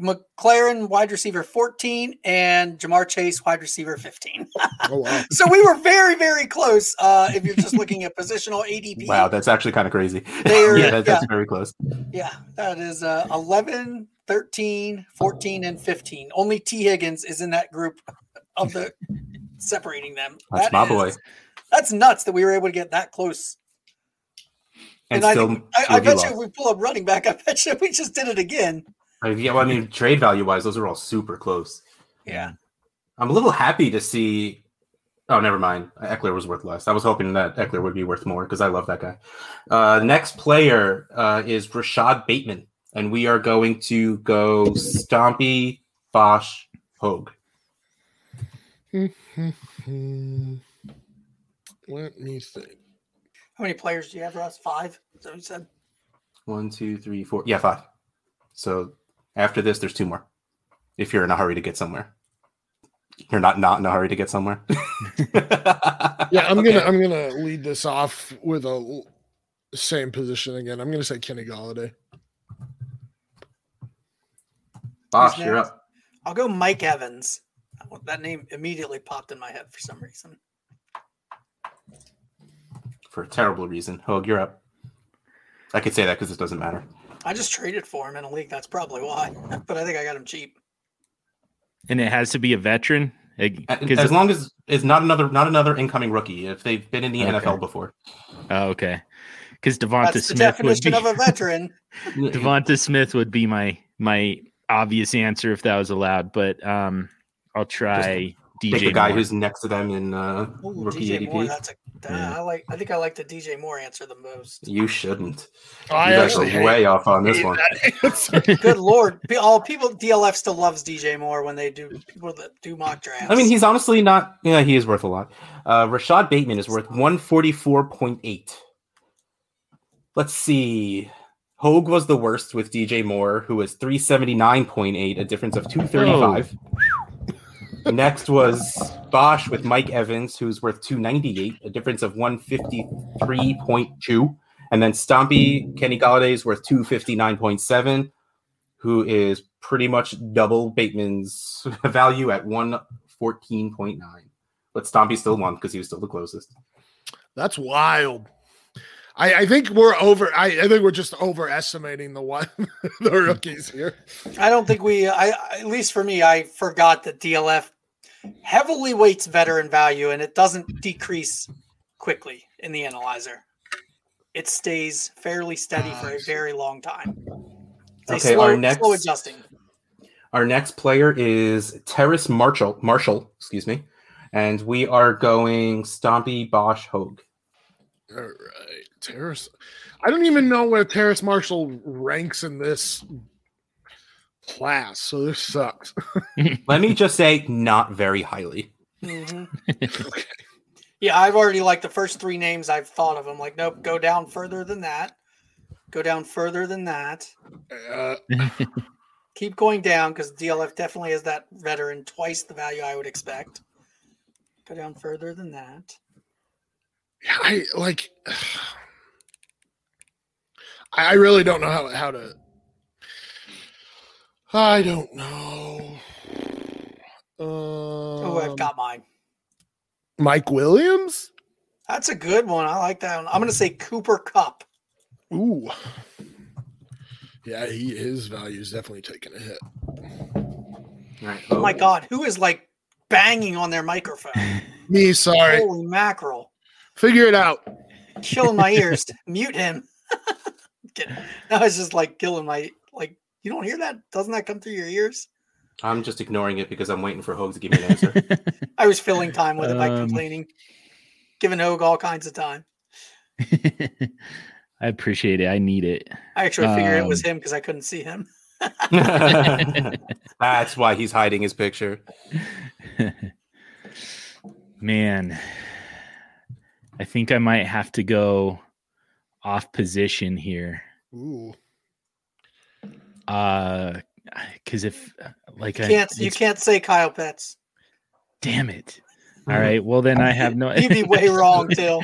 McLaren wide receiver 14, and Jamar Chase wide receiver 15. Oh wow. So we were very, very close. Uh, if you're just looking at positional ADP, Wow, that's actually kind of crazy. They are- yeah, that- that's very close. yeah, that is uh, 11, 13, 14, and 15. Only T. Higgins is in that group of the separating them. That's That my is- boy. That's nuts that we were able to get that close. And, And I still, think- I, still I be bet lost. you if we pull up running back, I bet you we just did it again. Uh, yeah, well, I mean, trade value wise, those are all super close. Yeah. I'm a little happy to see. Oh, never mind. Eckler was worth less. I was hoping that Eckler would be worth more because I love that guy. Uh, next player uh, is Rashad Bateman, and we are going to go Stompy, Bosch, Hogue. Hmm. Let me think. How many players do you have, Russ? Five? Is that what you said? One, two, three, four. Yeah, five. So after this, there's two more. If you're in a hurry to get somewhere, you're not not in a hurry to get somewhere. Yeah, I'm Okay. gonna I'm gonna lead this off with a l- same position again. I'm gonna say Kenny Galladay. Bosch, you're next? up. I'll go Mike Evans. That name immediately popped in my head for some reason. for a terrible reason. Hogue, you're up. I could say that because it doesn't matter. I just traded for him in a league. That's probably why. But I think I got him cheap. And it has to be a veteran. A- Uh, As Because long as it's not another not another incoming rookie, if they've been in the Okay. NFL before. oh, okay. Because Devonta That's the Smith would definition be of a veteran. Devonta Smith would be my my obvious answer if that was allowed, but um, I'll try Take DJ. the guy Moore. who's next to them in uh, Ooh, rookie DJ Oh, Moore. ADP. That's a. Yeah. I like. I think I like the DJ Moore answer the most. You shouldn't. Oh, I you guys actually are hate- way off on this hate one. that answer. Good lord! Pe- All people DLF still loves DJ Moore when they do people that do mock drafts. I mean, he's honestly not. Yeah, he is worth a lot. Uh, Rashad Bateman is worth one forty four point eight. Let's see. Hogue was the worst with DJ Moore, who was three seventy nine point eight, a difference of two thirty five. Next was Bosch with Mike Evans, who's worth two ninety eight, a difference of one fifty three point two, and then Stompy Kenny Galladay is worth two fifty nine point seven. Who is pretty much double Bateman's value at one 14.9. But Stompy still won because he was still the closest. That's wild. I, I think we're over. I, I think we're just overestimating the one the rookies here. I don't think we. I at least for me, I forgot that DLF heavily weights veteran value, and it doesn't decrease quickly in the analyzer. It stays fairly steady for a very long time. It's a Okay, slow, our next- slow adjusting. Our next player is Terrace Marshall, Marshall, excuse me. And we are going Stompy Bosch Hogue. All right, Terrace. I don't even know where Terrace Marshall ranks in this class, so this sucks. Let me just say, not very highly. Mhm. Yeah, I've already like the first three names I've thought of. I'm like, nope, go down further than that. Go down further than that. Uh, Keep going down because DLF definitely has that veteran twice the value I would expect. Go down further than that. I like. I I really don't know how how to. I don't know. Um, Oh, I've got mine. Mike Williams. That's a good one. I like that one. I'm going to say Cooper Cup. Ooh. Yeah, he his value is definitely taking a hit. All right. Oh my God, who is like banging on their microphone? Me, sorry. Holy mackerel. Figure it out. Killing my ears. Mute him. Kidding. no, it's just like killing my, like, you don't hear that? Doesn't that come through your ears? I'm just ignoring it because I'm waiting for Hogue to give me an answer. I was filling time with it by Um. complaining, giving Hogue all kinds of time. I appreciate it. I need it. I actually figured it was Um. him because I couldn't see him. That's why he's hiding his picture. Man, I think I might have to go off position here. Ooh. Uh, because if like I Can't you it's- can't say Kyle Pitts. damn it. Mm. All right. Well, then I have no. You'd be way wrong, Till.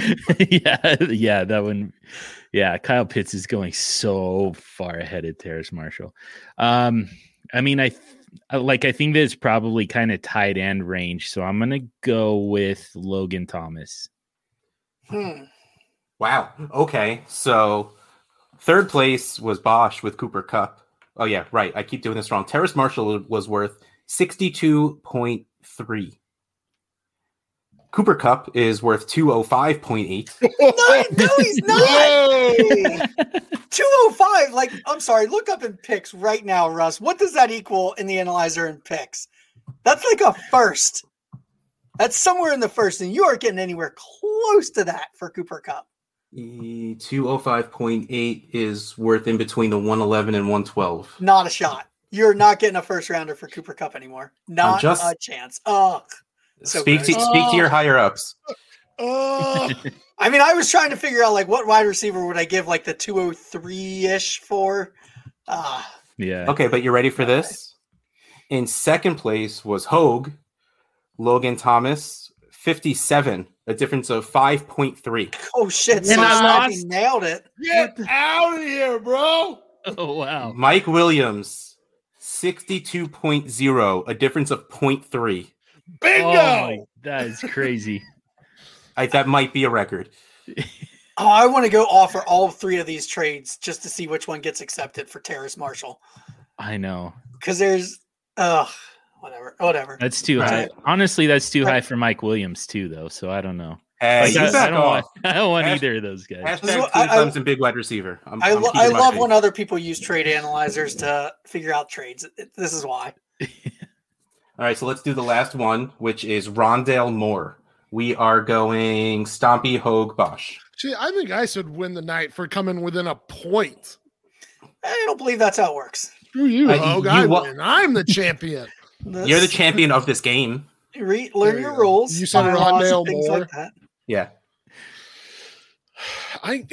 yeah, yeah, that one. Yeah, Kyle Pitts is going so far ahead of Terrace Marshall. Um, I mean, I th- I- like I think that it's probably kind of tight end range, so I'm gonna go with Logan Thomas. Hmm. Wow. Okay. So third place was Bosch with Cooper Cup. Oh yeah, right. I keep doing this wrong. Terrace Marshall was worth 62.3. Cooper Cup is worth 205.8. No, he- no, he's not. Whoa! 205. Like, I'm sorry, look up in picks right now, Russ. What does that equal in the analyzer in picks? That's like a first. That's somewhere in the first, and you aren't getting anywhere close to that for Cooper Cup. E- 205.8 is worth in between the 111 and 112. Not a shot. You're not getting a first rounder for Cooper Cup anymore. Not just- a chance. Ugh. So speak to, gross. speak to your higher ups. Oh, I mean, I was trying to figure out like what wide receiver would I give like the 203 ish for. Uh, Yeah. Okay, but you ready for this? In second place was Hogue, Logan Thomas, 57, a difference of 5.3. oh shit! Then So I Snappy lost. nailed it. get out of here, bro. Oh wow. Mike Williams, 62.0, a difference of 0.3. Bingo. Oh, my- that is crazy. I, that might be a record. Oh, I want to go offer all three of these trades just to see which one gets accepted for Terrace Marshall I know because there's ugh, whatever, whatever. that's too high. Right. Honestly, that's too high for Mike Williams too, though. So I don't know. Hey, Like, you I, I back don't want, off. I don't want Ask- either of those guys. This is Hashtag what- I- I- Clemson big wide receiver. I'm, I, I'm lo- keeping I my love faith. when other people use trade analyzers to figure out trades. This is why. All right, so let's do the last one, which is Rondale Moore. We are going Stompy Hogue Bosch. Gee, I think I should win the night for coming within a point. I don't believe that's how it works. Screw you, Uh, Hogue. you I wa- win. I'm the champion. You're the This- champion of this game. Re- There learn you your go. rules. You said bylaws, and Rondale things Moore. like that. Yeah. I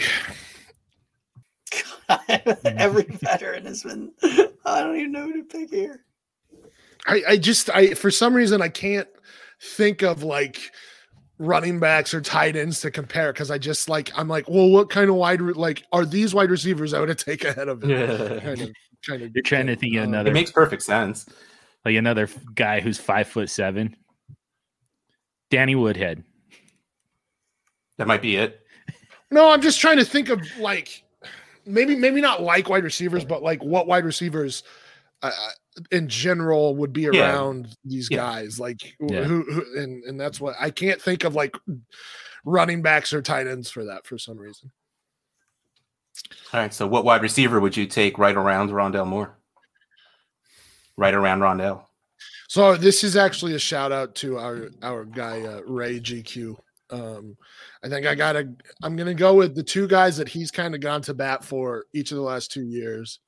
Every veteran has been. I don't even know who to pick here. I, I just I for some reason I can't think of like running backs or tight ends to compare because I just like I'm like well what kind of wide re- like are these wide receivers I would take ahead of it it kind of kind of You're trying to think of Uh, another, makes perfect sense. like another f- guy who's five foot seven. Danny Woodhead. That might be it. no I'm just trying to think of like maybe maybe not like wide receivers but like what wide receivers uh, in general would be Yeah. around these Yeah. guys like who, Yeah. who, who and and that's what I can't think of like running backs or tight ends for that for some reason. All right. So, what wide receiver would you take right around Rondell Moore? Right around Rondell. So this is actually a shout out to our our guy uh, Ray GQ. Um, I think I gotta. I'm gonna go with the two guys that he's kind of gone to bat for each of the last two years.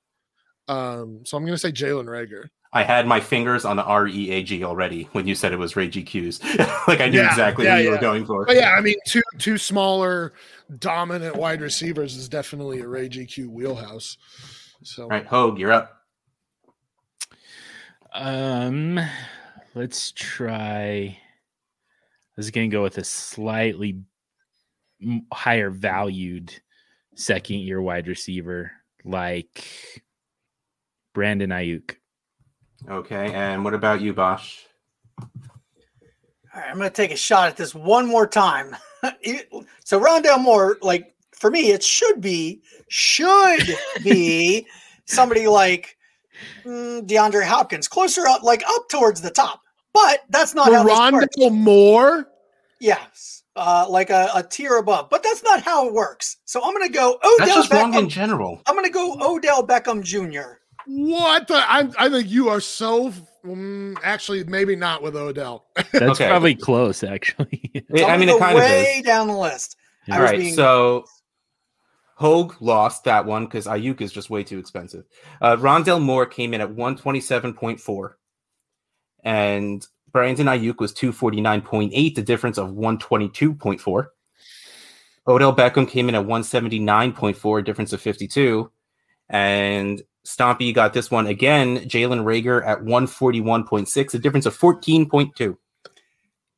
Um, so I'm gonna say Jalen Rager. I had my fingers on the R E A G already when you said it was Ray GQs. like I knew Yeah, exactly yeah, who you yeah. were going for. But yeah, I mean two two smaller dominant wide receivers is definitely a Ray GQ wheelhouse. So All right, Hogue, you're up. Um, let's try. This is gonna go with a slightly m- higher valued second year wide receiver like Brandon Ayuk. Okay. And what about you, Bosch? All right, I'm going to take a shot at this one more time. It- so Rondell Moore, like for me, it should be should be somebody like mm, DeAndre Hopkins, closer up, like up towards the top. But that's not how this works. Rondell Moore. Yes, uh, like a, a tier above. But that's not how it works. So I'm going to go Odell. That's just wrong in Beckham. general. I'm going to go Odell Beckham Jr. What the? I, I think you are so. mm, actually, maybe not with Odell. That's Okay. probably close, actually. I- I I'm mean, gonna it go kind of is. way down the list. I All was right, being- so Hogue lost that one because Ayuk is just way too expensive. Uh, Rondell Moore came in at 127.4, and Brandon Ayuk was 249.8, the difference of 122.4. Odell Beckham came in at 179.4, a difference of 52. And Stompy got this one again. Jalen Rager at 141.6, a difference of 14.2.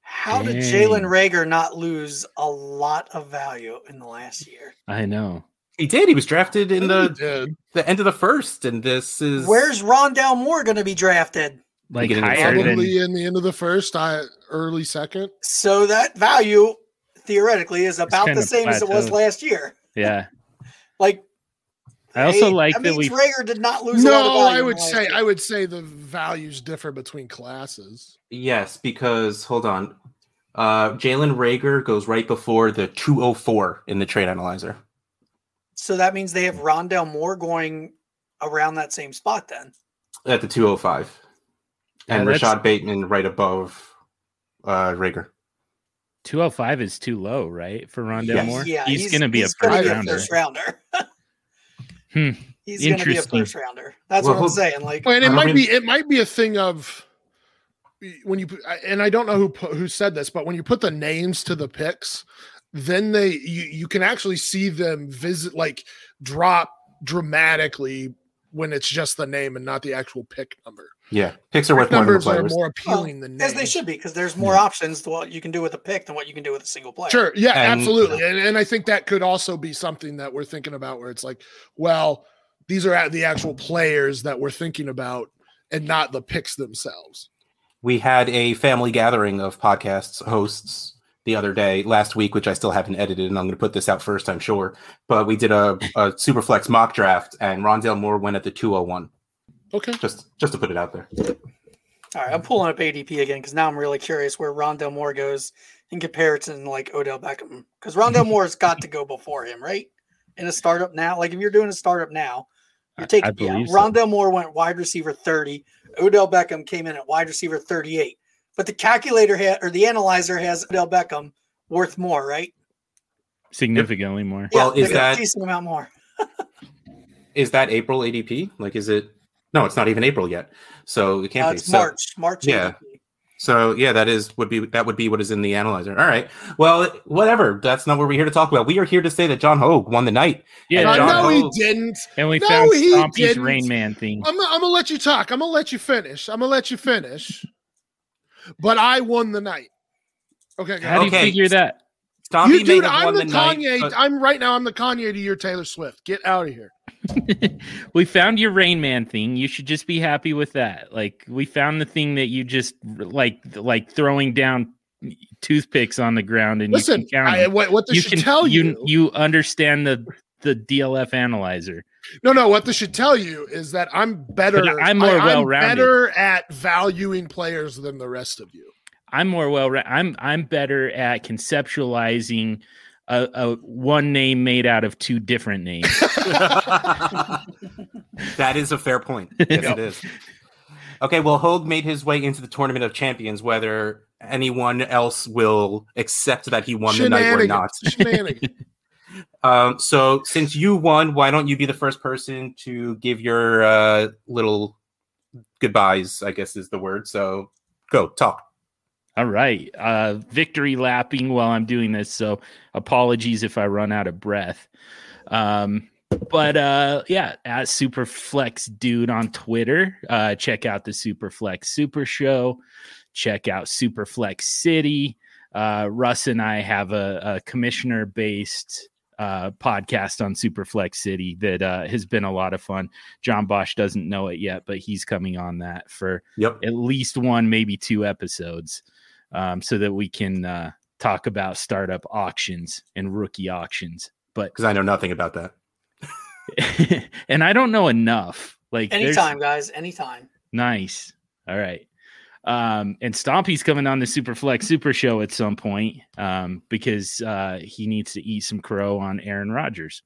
How did Dang. Jalen Rager not lose a lot of value in the last year? I know. He did. He was drafted in He the, did. the end of the first, and this is Where's Rondell Moore going to be drafted? Like Beginning of higher than probably in the end of the first, I early second. So that value theoretically is about kinda the same as it was plateaued. last year. yeah. Like I also hey, like that that means we Rager did not lose. a lot of No, value I in would the last say year. I would say the values differ between classes. Yes, because hold on. Uh Jalen Rager goes right before the 204 in the trade analyzer. so. That means they have Rondell Moore going around that same spot. Then At the 205. And Yeah, that's- Rashad Bateman right above uh Rager. 205 is too low, right? For Rondell Yes. Moore. yeah, he's, gonna be he's a gonna first be rounder. first rounder. Hmm, He's going to be a interesting. first rounder. That's Well, what I'm hold- saying. Like, And it I might mean- be it might be a thing of when you put- and I don't know who put, who said this, but when you put the names to the picks, then they you you can actually see them visit like drop dramatically when it's just the name and not the actual pick number. Yeah. Picks are worth more than the Numbers are players. more appealing than names. as they should be, because there's more options to what you can do with a pick than what you can do with a single player. Sure. Yeah, And- absolutely. And, and I think that could also be something that we're thinking about where it's like, well, these are at the actual players that we're thinking about and not the picks themselves. we had a family gathering of podcasts hosts the other day last week which i still haven't edited and i'm going to put this out first i'm sure but we did a, a superflex mock draft and rondell moore went at the 201 Okay. just just to put it out there All right, I'm pulling up ADP again because now I'm really curious where Rondell Moore goes in comparison to like Odell Beckham. Because Rondell Moore's got to go before him, right? In a startup now, like if you're doing a startup now, I- you're taking I yeah, believe so. Rondell Moore went wide receiver 30. Odell Beckham came in at wide receiver 38. But the calculator ha- or the analyzer has Odell Beckham worth more, right? Significantly more. Well, they is got a that- decent amount more? is that april adp like is it no it's not even april yet so it can't Uh, be it's So- March, March. Yeah. ADP. So yeah, that is would be that would be what is in the analyzer. All right. Well, whatever. That's not what we're here to talk about. We are here to say that John Hogue won the night. Yeah, And Uh, John no, John, Ho- he Hogue- didn't. and we No, found he Stompy's didn't. Rain Man thing. I'm, I'm going to let you talk. I'm going to let you finish. I'm going to let you finish. But I won the night. Okay. go How do you Okay. figure that? Stompy you, dude, may have I'm won the, the, night, Kanye. but- I'm right now. I'm the Kanye to your Taylor Swift. Get out of here. we found your Rain Man thing. You should just be happy with that. Like we found the thing that you just like like throwing down toothpicks on the ground and Listen, you can count. I, them. what, what this you should tell you, you understand the the DLF analyzer. No, no. What this should tell you is that I'm better. But I'm more well-rounded. Better at valuing players than the rest of you. I'm more well. re- I'm I'm better at conceptualizing a, a one name made out of two different names. that is a fair point. Yes, it is. Okay, well, Hogue made his way into the tournament of champions, whether anyone else will accept that he won the night or not. Shenanigans. Um, so, since you won, why don't you be the first person to give your uh, little goodbyes? I guess is the word. So, go talk. All right, uh, victory lapping while I'm doing this. So apologies if I run out of breath. Um, but uh, yeah, at Superflex Dude on Twitter, uh, check out the Superflex Super Show. Check out Superflex City. Uh, Russ and I have a, a commissioner based uh, podcast on Superflex City that uh, has been a lot of fun. John Bosch doesn't know it yet, but he's coming on that for Yep. at least one, maybe two episodes. um, so that we can uh, talk about startup auctions and rookie auctions. But because I know nothing about that. and I don't know enough. Like there's- Anytime, guys. Anytime. Nice. All right. Um, and Stompy's coming on the Superflex Super Show at some point um, because uh, he needs to eat some crow on Aaron Rodgers.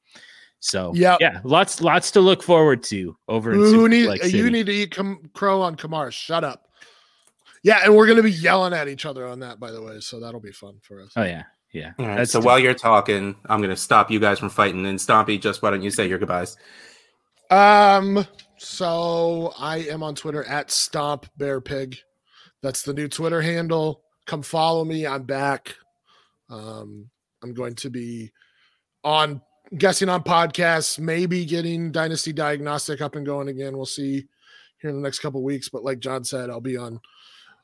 So Yep. yeah, lots lots to look forward to over in Who need, uh, Superflex you City. need to eat com- crow on Kamara. Shut up. Yeah, and we're gonna be yelling at each other on that, by the way. So that'll be fun for us. oh yeah, yeah. All right, That's so while you're talking, I'm going to stop you guys from fighting. And Stompy, just why don't you say your goodbyes? Um, so I am on Twitter at Stomp Bear Pig. That's the new Twitter handle. Come follow me. I'm back. Um, I'm going to be on guessing on podcasts, maybe getting Dynasty Diagnostic up and going again. We'll see here in the next couple weeks. But like John said, I'll be on.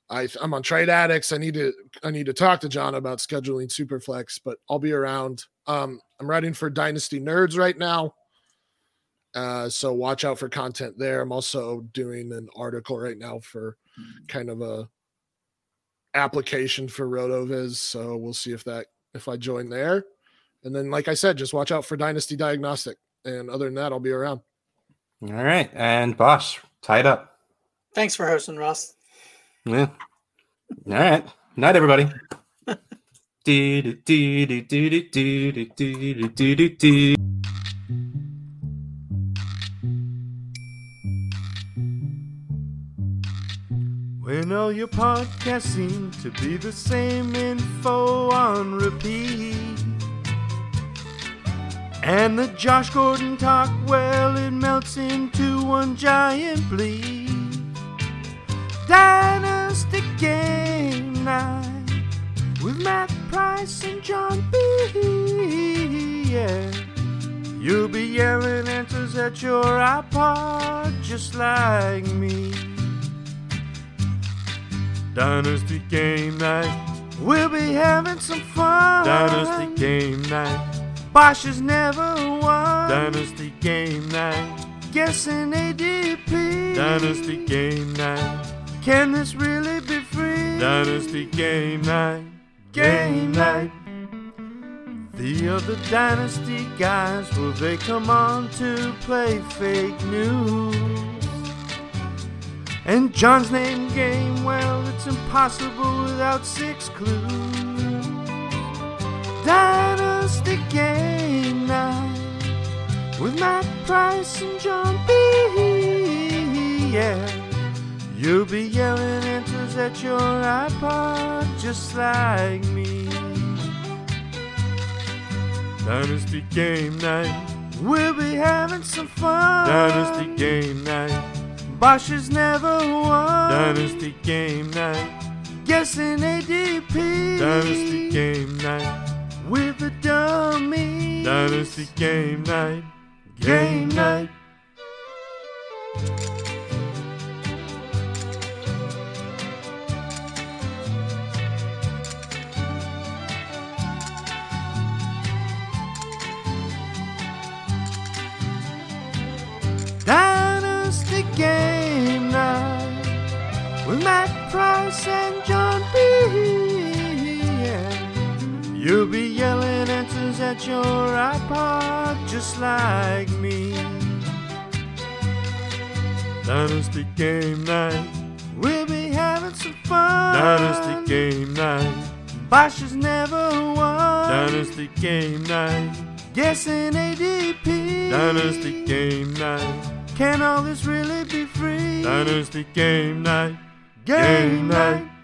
I, I'm on Trade Addicts. I need to I need to talk to John about scheduling Superflex, but I'll be around. Um, I'm writing for Dynasty Nerds right now. Uh, so watch out for content there. I'm also doing an article right now for kind of a application for RotoViz. So we'll see if that if I join there. And then, like I said, just watch out for Dynasty Diagnostic. And other than that, I'll be around. All right, and Bosch, tie it up. Thanks for hosting, Russ. Yeah. All right. Night, everybody. Do-do-do-do-do-do-do-do-do-do-do-do. When all your podcasts seem to be the same info on repeat. And the Josh Gordon talk, well, it melts into one giant bleed. Dynasty Game Night with Matt Price and John B. Yeah. You'll be yelling answers at your iPod just like me. Dynasty game night. We'll be having some fun. Dynasty game night. Bosch has never won. Dynasty game night. Guessing ADP. Dynasty game night. Can this really be free? Dynasty game night. Game night. The other dynasty guys, will they come on to play fake news? And John's name game, well, it's impossible without six clues. Dynasty Game Night with Matt Price and John B. Yeah, you'll be yelling answers at your iPod just like me. Dynasty Game Night, we'll be having some fun. Dynasty Game Night. Bosch has never won. Dynasty game night. Guessing ADP. Dynasty game night. With a dummy. Dynasty game night. Game night. Dynasty Game Night with Matt Price and John B. Yeah. You'll be yelling answers at your iPod just like me. Dynasty Game Night, we'll be having some fun. Dynasty Game Night, Bosch has never won. Dynasty Game Night, guessing ADP. Dynasty Game Night. Can all this really be free? Dynasty game night. Game, night.